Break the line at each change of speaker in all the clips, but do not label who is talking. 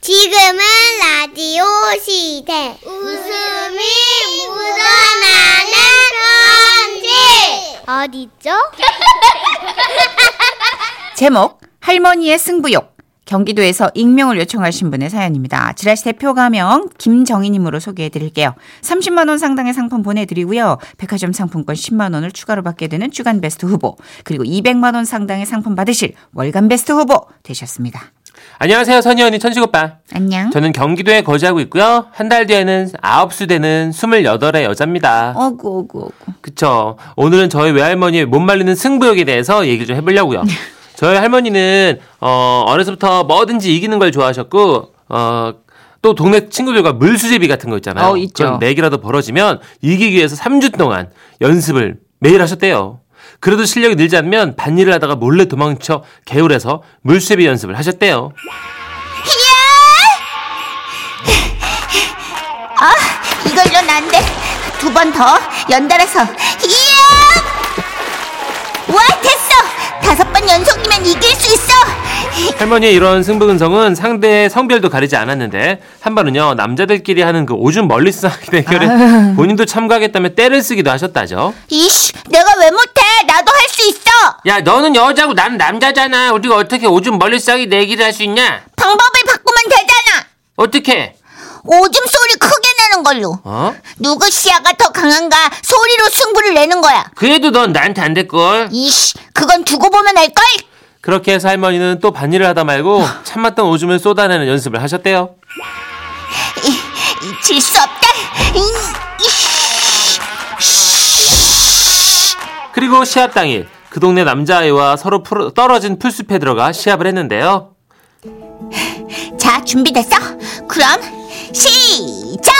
지금은 라디오 시대. 웃음이 묻어나는 편지. 어디죠?
제목 할머니의 승부욕 경기도에서 익명을 요청하신 분의 사연입니다. 지라시 대표 가명 김정희님으로 소개해 드릴게요. 30만 원 상당의 상품 보내드리고요. 백화점 상품권 10만 원을 추가로 받게 되는 주간 베스트 후보 그리고 200만 원 상당의 상품 받으실 월간 베스트 후보 되셨습니다.
안녕하세요, 선희 언니 천식 오빠.
안녕.
저는 경기도에 거주하고 있고요. 한 달 뒤에는 9수 되는 28의 여자입니다.
어구 어구 어구.
그쵸. 오늘은 저희 외할머니의 못 말리는 승부욕에 대해서 얘기를 좀
네.
해보려고요. 저희 할머니는, 어, 어려서부터 뭐든지 이기는 걸 좋아하셨고, 어, 또 동네 친구들과 물수제비 같은 거 있잖아요.
어, 있죠.
그런 내기라도 벌어지면 이기기 위해서 3주 동안 연습을 매일 하셨대요. 그래도 실력이 늘지 않으면 반일을 하다가 몰래 도망쳐 개울에서 물수제비 연습을 하셨대요.
이걸로는 안 돼. 두 번 더 연달아서 이야! 와 됐어. 다섯 번 연속이면 이길 수 있어.
할머니의 이런 승부근성은 상대의 성별도 가리지 않았는데 한 번은요 남자들끼리 하는 그 오줌 멀리 싸기 대결에 본인도 참가하겠다며 때를 쓰기도 하셨다죠.
이씨, 내가 왜 못해? 나도 할 수 있어.
야 너는 여자고 난 남자잖아. 우리가 어떻게 오줌 멀리 싸기 내기를 할 수 있냐?
방법을 바꾸면 되잖아.
어떻게?
오줌 소리 크게 내는 걸로.
어?
누구 시야가 더 강한가 소리로 승부를 내는 거야.
그래도 넌 나한테 안 될 걸.
이씨, 그건 두고 보면 알걸?
그렇게 해서 할머니는 또 반일을 하다 말고 참았던 오줌을 쏟아내는 연습을 하셨대요.
질 수 없다. 이,
그리고 시합 당일 그 동네 남자아이와 서로 풀- 떨어진 풀숲에 들어가 시합을 했는데요.
이. 자, 준비됐어? 그럼 시작.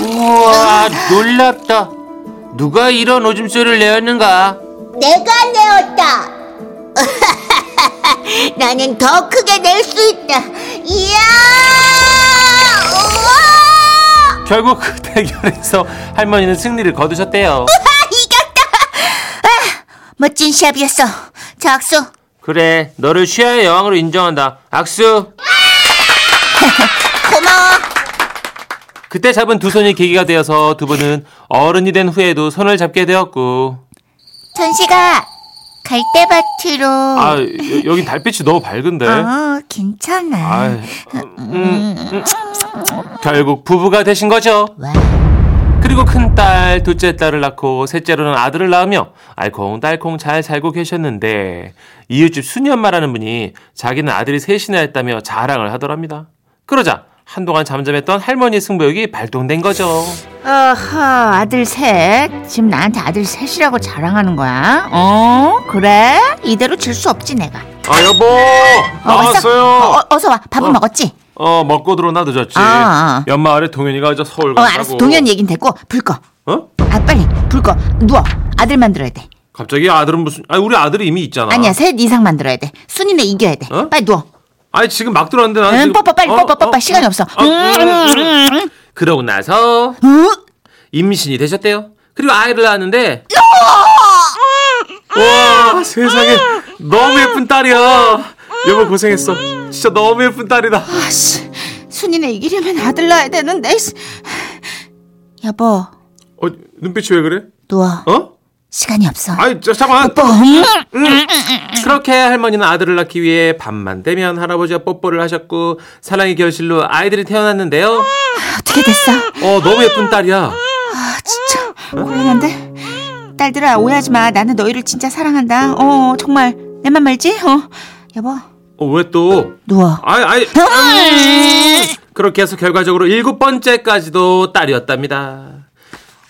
우와 놀랍다 누가 이런 오줌소리를 내었는가
내가 내었다. 나는 더 크게 낼 수 있다. 이야! 우와!
결국 그 대결에서 할머니는 승리를 거두셨대요
멋진 시합이었어. 자, 악수.
그래 너를 시아의 여왕으로 인정한다 악수
고마워.
그때 잡은 두 손이 계기가 되어서 두 분은 어른이 된 후에도 손을 잡게 되었고
전시가 갈대밭으로.
아 여, 여긴 달빛이 너무 밝은데
어 괜찮아.
네? 아, 음, 음. 결국 부부가 되신 거죠 그리고 큰딸, 둘째 딸을 낳고 셋째로는 아들을 낳으며 알콩달콩 잘 살고 계셨는데 이웃집 순이엄마라는 분이 자기는 아들이 셋이나 했다며 자랑을 하더랍니다. 그러자 한동안 잠잠했던 할머니 승부욕이 발동된 거죠.
어허 아들 셋 지금 나한테 아들 셋이라고 자랑하는 거야? 어 그래 이대로 질 수 없지 내가.
아 여보
어,
나왔어요.
어, 서 와. 밥은
어.
먹었지?
어 먹고 들어나 늦었지.
아, 아.
연말에 동현이가 저 서울
어,
간다고.
알았어. 동현 얘긴 됐고 불 꺼.
어?
아, 빨리 불 꺼. 누워. 아들 만들어야 돼.
갑자기 아들은 무슨? 아니 우리 아들이 이미 있잖아.
아니야, 셋 이상 만들어야 돼. 순이네 이겨야 돼.
어?
빨리 누워.
아니 지금 막 들어왔는데 나는
응,
지금-
뽀뽀 빨리
어,
뽀뽀 뽀뽀
어,
시간이 없어.
어, 음, 음, 음, 음. 그러고 나서 임신이 되셨대요. 그리고 아이를 낳았는데 와 세상에 너무 예쁜 딸이야. 여보 고생했어. 진짜 너무 예쁜 딸이다. 어,
아씨, 순이네 이기려면 아들 낳아야 되는데. 씨. 여보,
어 눈빛이 왜 그래?
누워.
어?
시간이 없어.
아이 저, 잠깐만.
뽀.
그렇게 할머니는 아들을 낳기 위해 밤만 되면 할아버지와 뽀뽀를 하셨고 사랑의 결실로 아이들이 태어났는데요.
어떻게 됐어?
어 너무 예쁜 딸이야.
아, 진짜
어?
곤란한데. 딸들아 오해하지 마. 나는 너희를 진짜 사랑한다. 어, 정말 내 맘 알지? 어, 여보,
어 왜 또
누워.
아이, 아이. 음. 그렇게 해서 결과적으로 일곱 번째까지도 딸이었답니다.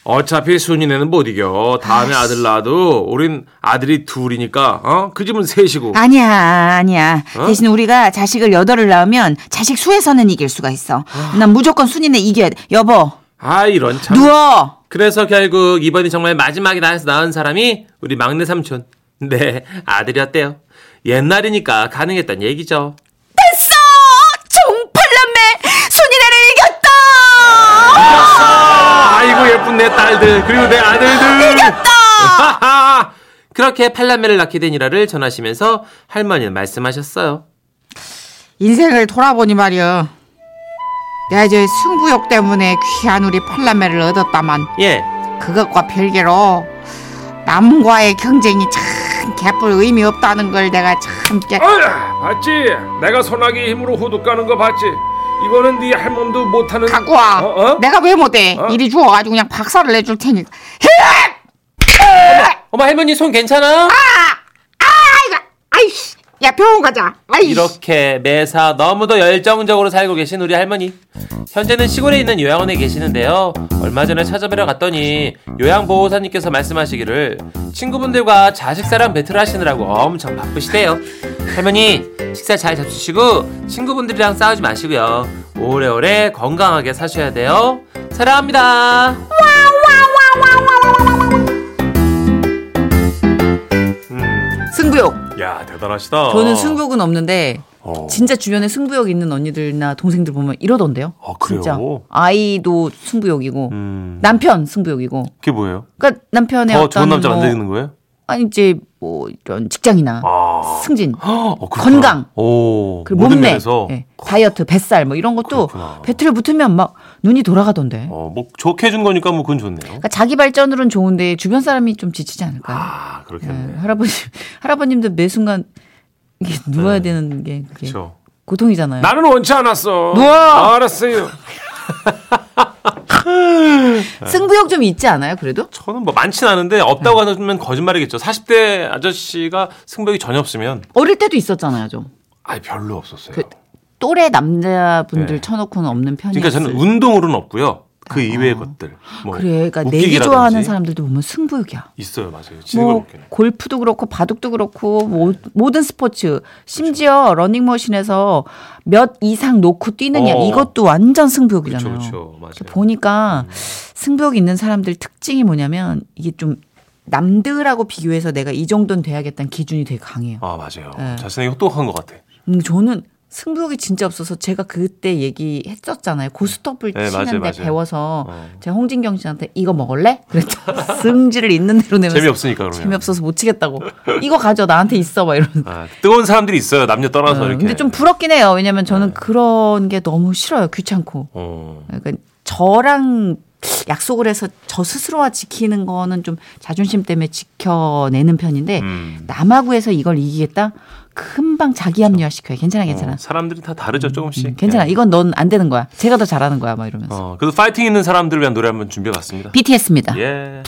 어차피 순이네는 못 이겨. 다음에 아들 낳아도 우린 아들이 둘이니까 어? 그 집은 셋이고.
아니야, 아니야.
어?
대신 우리가 자식을 여덟을 낳으면 자식 수에서는 이길 수가 있어. 난 무조건 순이네 이겨야 돼. 여보,
아 이런 참.
누워.
그래서 결국 이번이 정말 마지막이다 해서 낳은 사람이 우리 막내 삼촌. 네, 아들이었대요. 옛날이니까 가능했단 얘기죠.
됐어! 종팔남매 순이네를 이겼다!
아이고 예쁜 내 딸들 그리고 내 아들들 이겼다 그렇게 팔남매를 낳게 된 일화를 전하시면서 할머니는 말씀하셨어요
인생을 돌아보니 말이여. 내가 이제 승부욕 때문에 귀한 우리 팔남매를 얻었다만
예.
그것과 별개로 남과의 경쟁이 참 개뿔 의미 없다는 걸 내가 참 깨...
어휴, 봤지? 내가 소나기 힘으로 호두 까는 거 봤지? 이거는 네 할멈도 못하는
갖고 와.
어, 어?
내가 왜 못해?
어?
이리 주워가지고 그냥 박살을 내줄 테니까.
엄마 할머니 손 괜찮아?
아이씨, 야 병원 가자. 아이씨.
이렇게 매사 너무도 열정적으로 살고 계신 우리 할머니. 현재는 시골에 있는 요양원에 계시는데요. 얼마 전에 찾아뵈러 갔더니 요양보호사님께서 말씀하시기를 친구분들과 자식사랑 배틀 하시느라고 엄청 바쁘시대요. 할머니, 식사 잘 잡수시고 친구분들이랑 싸우지 마시고요. 오래오래 건강하게 사셔야 돼요. 사랑합니다.
승부욕.
야, 대단하시다.
저는 승부욕은 없는데
어.
진짜 주변에 승부욕 있는 언니들이나 동생들 보면 이러던데요.
아, 그래요?
진짜. 아이도 승부욕이고
음,
남편 승부욕이고.
그게 뭐예요?
그러니까 남편의
더
어떤
좋은 남자
뭐,
만드는 거예요?
아니 이제 뭐 이런 직장이나
아,
승진
어, 그렇구나.
건강.
오,
그리고
모든
몸매,
면에서.
예, 다이어트, 뱃살 뭐 이런 것도
그렇구나.
배틀을 붙으면 막 눈이 돌아가던데.
어, 뭐 좋게 해준 거니까 뭐 그건 좋네요.
그러니까 자기 발전으로는 좋은데 주변 사람이 좀 지치지 않을까요?
아,
예,
그렇겠네.
할아버지 할아버님도 매 순간 이게 누워야 되는 게 그게
네. 그렇죠.
고통이잖아요.
나는 원치 않았어.
누워!
알았어요.
승부욕 좀 있지 않아요? 그래도?
저는 뭐 많진 않은데 없다고
음.
하면 거짓말이겠죠. 40대 아저씨가 승부욕이 전혀 없으면
어릴 때도 있었잖아요, 좀.
아니, 별로 없었어요.
그- 또래 남자분들
네.
쳐놓고는 없는 편이었어요.
그러니까
아.
저는 운동으로는 없고요. 그 이외의 것들. 뭐
그래, 그러니까 내기
웃기기라든지
좋아하는 사람들도 보면 승부욕이야.
있어요, 맞아요. 진걸
뭐
웃기는.
골프도 그렇고 바둑도 그렇고 뭐,
네.
모든 스포츠
그렇죠.
심지어 러닝머신에서 몇 이상 놓고 뛰느냐
어.
이것도 완전
그렇죠,
승부욕이잖아요. 뭐
그렇죠, 음. 맞아요.
보니까 승부욕 있는 사람들 특징이 뭐냐면 이게 좀 남들하고 비교해서 내가 이 정도는 돼야겠다는 기준이 되게 강해요.
아, 맞아요.
네.
자신에게 혹독한 것 같아.
음, 저는 승부욕이 진짜 없어서 제가 그때 얘기했었잖아요. 고스톱을
네, 맞아요,
치는데
맞아요.
배워서
어.
제가 홍진경 씨한테 이거 먹을래? 그랬더니 승질을 있는 대로 내면서
재미없으니까 그러면.
재미없어서 못 치겠다고. 이거 가져 나한테 있어 막 이런.
아, 뜨거운 사람들이 있어요. 남녀 떠나서 이렇게. 네.
근데 좀 부럽긴 해요. 왜냐면 저는 그런 게 너무 싫어요. 귀찮고.
어.
그러니까 저랑 약속을 해서 저 스스로와 지키는 거는 좀 자존심 때문에 지켜내는 편인데
음.
남하구에서 이걸 이기겠다? 금방 자기 합리화시켜요. 괜찮아 괜찮아.
어, 사람들이 다 다르죠, 조금씩.
예, 음, 괜찮아.
네.
이건 넌 안 되는 거야. 제가 더 잘하는 거야. 막 이러면서.
어, 그래도 파이팅 있는 사람들을 위한 노래 한번 준비해봤습니다.
BTS입니다.
예.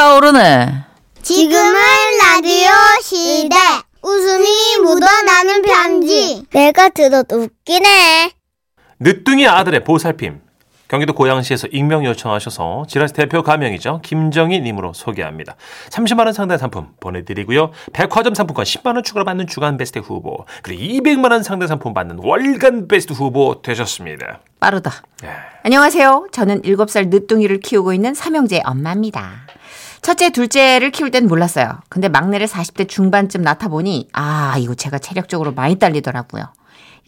불차오르네.
지금은 라디오 시대. 웃음이 묻어나는 편지. 내가 들어도 웃기네.
늦둥이 아들의 보살핌. 경기도 고양시에서 익명 요청하셔서 지라시 대표 가명이죠. 김정희님으로 소개합니다. 30만 원 상당 상품 보내드리고요. 백화점 상품권 10만 원 추가로 받는 주간 베스트 후보 그리고 200만 원 상당 상품 받는 월간 베스트 후보 되셨습니다.
빠르다.
예.
안녕하세요. 저는 7살 늦둥이를 키우고 있는 삼형제 엄마입니다. 첫째, 둘째를 키울 땐 몰랐어요. 근데 막내를 40대 중반쯤 낳다 보니 아, 이거 제가 체력적으로 많이 딸리더라고요.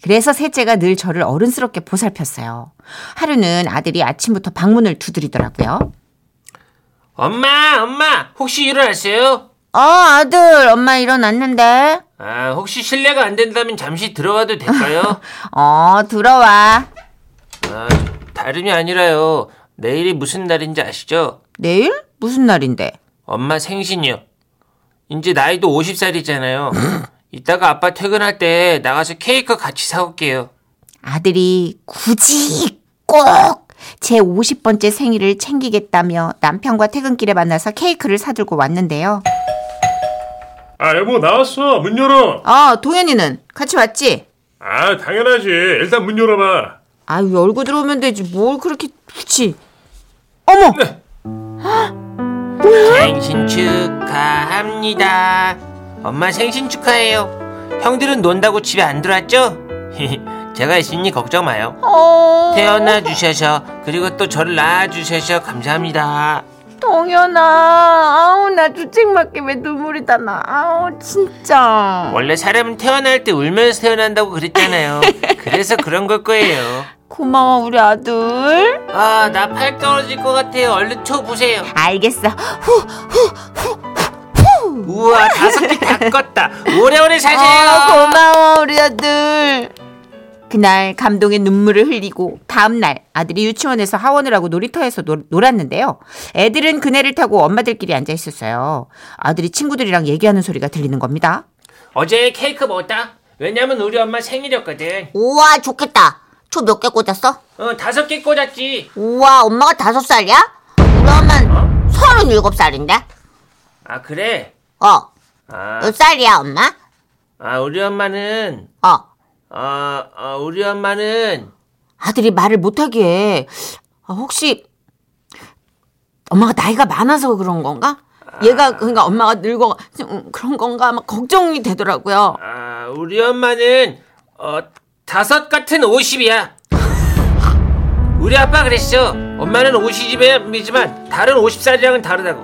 그래서 셋째가 늘 저를 어른스럽게 보살폈어요. 하루는 아들이 아침부터 방문을 두드리더라고요.
엄마, 엄마, 혹시 일어났어요?
어, 아들, 엄마 일어났는데?
아, 혹시 실례가 안 된다면 잠시 들어가도 될까요?
어, 들어와.
아, 다름이 아니라요. 내일이 무슨 날인지 아시죠?
내일? 무슨 날인데?
엄마 생신이요. 이제 나이도 50살이잖아요. 이따가 아빠 퇴근할 때 나가서 케이크 같이 사올게요.
아들이 굳이 꼭 제 50번째 생일을 챙기겠다며 남편과 퇴근길에 만나서 케이크를 사들고 왔는데요.
아, 여보, 나왔어. 문 열어.
아, 동현이는 같이 왔지?
아, 당연하지. 일단 문 열어봐.
아유, 열고 들어오면 되지. 뭘 그렇게 굳이. 어머!
생신 축하합니다. 엄마 생신 축하해요. 형들은 논다고 집에 안 들어왔죠? 제가 있으니 걱정 마요.
어,
태어나 주셔서 그리고 또 저를 낳아 주셔서 감사합니다.
동현아. 아우, 나 주책맞게 왜 눈물이 다 나. 아우, 진짜.
원래 사람은 태어날 때 울면서 태어난다고 그랬잖아요. 그래서 그런 걸 거예요.
고마워, 우리 아들.
아, 나 팔 떨어질 것 같아요. 얼른 쳐 보세요.
알겠어.
우와, 다섯 개 다 껐다. 오래오래 사세요.
아, 고마워, 우리 아들. 그날 감동의 눈물을 흘리고 다음날 아들이 유치원에서 하원을 하고 놀이터에서 놀, 놀았는데요. 애들은 그네를 타고 엄마들끼리 앉아 있었어요. 아들이 친구들이랑 얘기하는 소리가 들리는 겁니다.
어제 케이크 먹었다. 왜냐면 우리 엄마 생일이었거든.
우와 좋겠다. 초 몇 개 꽂았어?
어, 다섯 개 꽂았지.
우와 엄마가 다섯 살이야? 우리 엄마는 서른일곱 살인데?
아, 그래?
어,
아,
몇 살이야 엄마?
아 우리 엄마는,
어.
아, 아, 우리 엄마는,
아들이 말을 못하게 해. 아, 혹시 엄마가 나이가 많아서 그런 건가? 얘가 그러니까 엄마가 늙어 음, 그런 건가 막 걱정이 되더라고요.
아, 우리 엄마는, 어, 다섯 같은 오십이야. 우리 아빠 그랬어. 엄마는 오십이지만, 다른 오십 살이랑은 다르다고.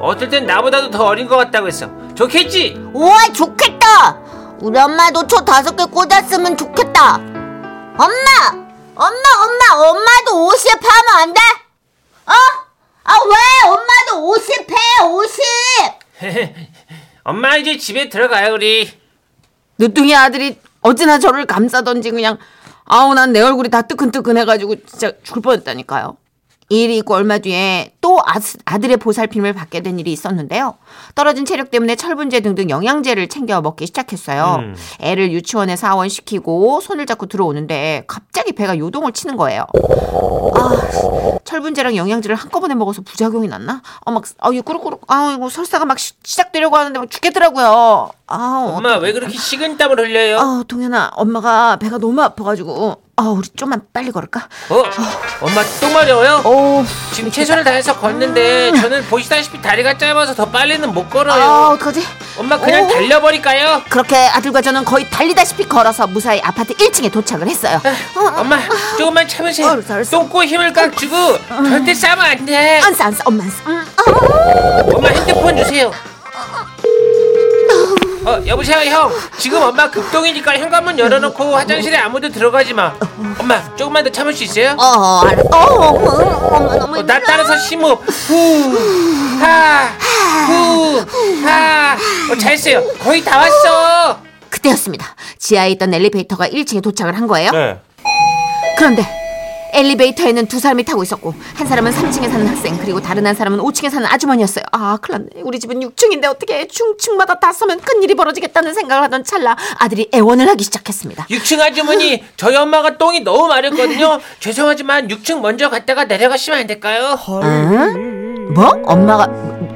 어떨 땐 나보다도 더 어린 것 같다고 했어. 좋겠지?
우와 좋겠다. 우리 엄마도 초 다섯 개 꽂았으면 좋겠다. 엄마, 엄마, 엄마, 엄마도 50 하면 안 돼? 어? 아 왜? 엄마도 50 해, 50.
엄마 이제 집에 들어가요, 우리.
늦둥이 아들이 어찌나 저를 감싸던지 그냥 아우 난 내 얼굴이 다 뜨끈뜨끈해가지고 진짜 죽을 뻔했다니까요. 이 일이 있고 얼마 뒤에 또 아, 아들의 보살핌을 받게 된 일이 있었는데요. 떨어진 체력 때문에 철분제 등등 영양제를 챙겨 먹기 시작했어요. 애를 유치원에 사원시키고 손을 잡고 들어오는데 갑자기 배가 요동을 치는 거예요. 아, 철분제랑 영양제를 한꺼번에 먹어서 부작용이 났나? 어, 막, 아, 이 꾸룩꾸룩, 아, 이거 설사가 막 시, 시작되려고 하는데 막 죽겠더라고요. 아,
엄마 왜 그렇게 식은 땀을 흘려요?
아, 동현아, 엄마가 배가 너무 아파가지고. 아, 우리 좀만 빨리 걸을까?
어? 엄마 똥 마려워요?
어,
지금 최선을 다해서 걷는데 저는 보시다시피 다리가 짧아서 더 빨리는 못 걸어요.
아, 어떡하지?
엄마 그냥
오.
달려버릴까요?
그렇게 아들과 저는 거의 달리다시피 걸어서 무사히 아파트 1층에 도착을 했어요.
엄마 조금만 참으세요.
아, 알았어, 어. 알았어.
똥꼬에 힘을 깍 주고 절대 싸면 안 돼.
안싸, 안싸, 엄마 안싸. 음,
엄마 핸드폰 주세요. 어 여보세요 형 지금 엄마 급동이니까 현관문 열어놓고 화장실에 아무도 들어가지 마 엄마 조금만 더 참을 수 있어요?
어, 알았어. 어, 음, 엄마 너무
어, 나 따라서 심호흡 후하후하 어, 잘했어요 거의 다 왔어
그때였습니다. 지하에 있던 엘리베이터가 1층에 도착을 한 거예요.
네.
그런데 엘리베이터에는 두 사람이 타고 있었고 한 사람은 3층에 사는 학생 그리고 다른 한 사람은 5층에 사는 아주머니였어요. 아 큰일 났네. 우리 집은 6층인데 어떻게 중층마다 다 서면 큰일이 벌어지겠다는 생각을 하던 찰나 아들이 애원을 하기 시작했습니다.
6층 아주머니 저희 엄마가 똥이 너무 마렸거든요 죄송하지만 6층 먼저 갔다가 내려가시면 안 될까요?
뭐? 엄마가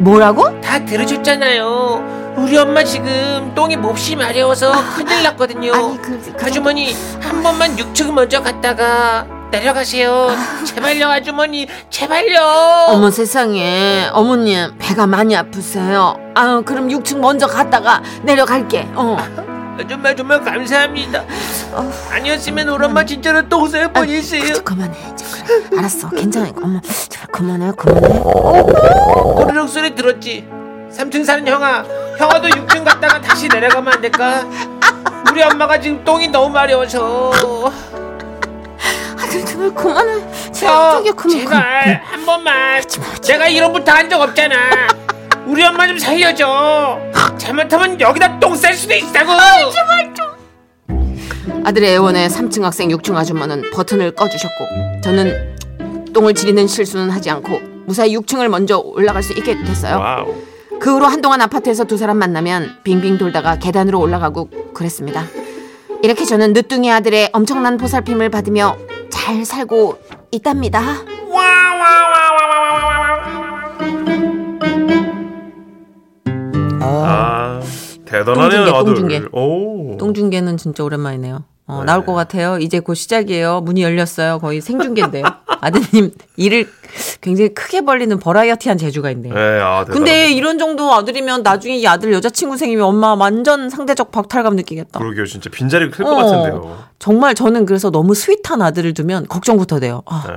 뭐라고?
다 들으셨잖아요 우리 엄마 지금 똥이 몹시 마려워서 큰일 났거든요
아, 아니, 그- 그 정도-
아주머니 한 번만 6층 먼저 갔다가 내려가세요 제발요 아주머니 제발요
아. 어머 세상에 어머님 배가 많이 아프세요. 아 그럼 6층 먼저 갔다가 내려갈게. 어.
정말 정말 감사합니다. 아니었으면 우리 엄마 진짜로 똥살 뻔했어요.
이제 어. 음. 아, 그만해. 이제 그래. 알았어. 괜찮아. 엄마 제발 그만해. 그만해.
꼬르륵 소리 들었지. 3층 사는 형아, 형아도 6층 갔다가 다시 내려가면 안 될까? 우리 엄마가 지금 똥이 너무 마려워서.
아들 제발 그만해. 제발
형,
저기 그만.
제발 한 번만. 내가 이런 부터 한 적 없잖아. 우리 엄마 좀 살려줘. 잘못하면 여기다 똥 쌀 수도 있다고.
아들의 애원에 3층 학생 6층 아줌마는 버튼을 꺼주셨고 저는 똥을 지리는 실수는 하지 않고 무사히 6층을 먼저 올라갈 수 있게 됐어요.
와우.
그 후로 한동안 아파트에서 두 사람 만나면 빙빙 돌다가 계단으로 올라가고 그랬습니다. 이렇게 저는 늦둥이 아들의 엄청난 보살핌을 받으며 잘 살고 있답니다.
아, 대단하네요,
똥중계, 똥중계.
아들. 오.
똥중계는 진짜 오랜만이네요. 어, 나올 것 같아요. 이제 곧 시작이에요. 문이 열렸어요. 거의 생중계인데요. 아드님 일을 굉장히 크게 벌리는 버라이어티한 재주가 있네요.
네, 아, 대단하네.
근데 이런 정도 아들이면 나중에 이 아들 여자친구 생기면 엄마 완전 상대적 박탈감 느끼겠다.
그러게요, 진짜 빈자리가 클 것
어.
같은데요.
정말 저는 그래서 너무 스윗한 아들을 두면 걱정부터 돼요. 아,
네,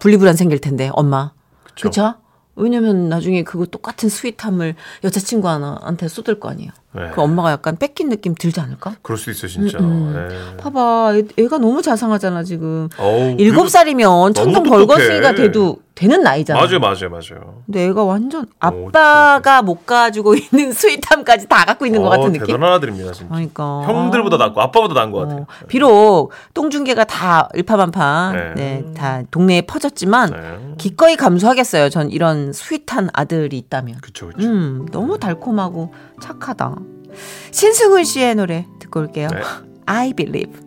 분리불안 생길 텐데 엄마.
그쵸.
그쵸? 왜냐면 나중에 그거 똑같은 스윗함을 여자친구 하나한테 쏟을 거 아니에요.
네.
그 엄마가 약간 뺏긴 느낌 들지 않을까?
그럴 수도 있어, 진짜.
음,
네.
봐봐, 애, 가 너무 자상하잖아 지금.
어우,
일곱
그리고
살이면
너무
천둥
똑똑해.
벌거숭이가 돼도 되는 나이잖아.
맞아요, 맞아요, 맞아요.
근데 애가 완전 아빠가 못 가지고 있는 스윗함까지 다 갖고 있는 것
어,
같은 느낌.
대단한 아들입니다, 진짜.
그러니까
형들보다 낫고 아빠보다 나은 것 같아요.
어, 비록 똥중계가 다 일파만파,
네.
네, 다 동네에 퍼졌지만
네.
기꺼이 감수하겠어요. 전 이런 스윗한 아들이 있다면.
그쵸, 그쵸.
음, 너무 달콤하고 착하다. 신승훈 씨의 노래 듣고 올게요.
네.
I Believe.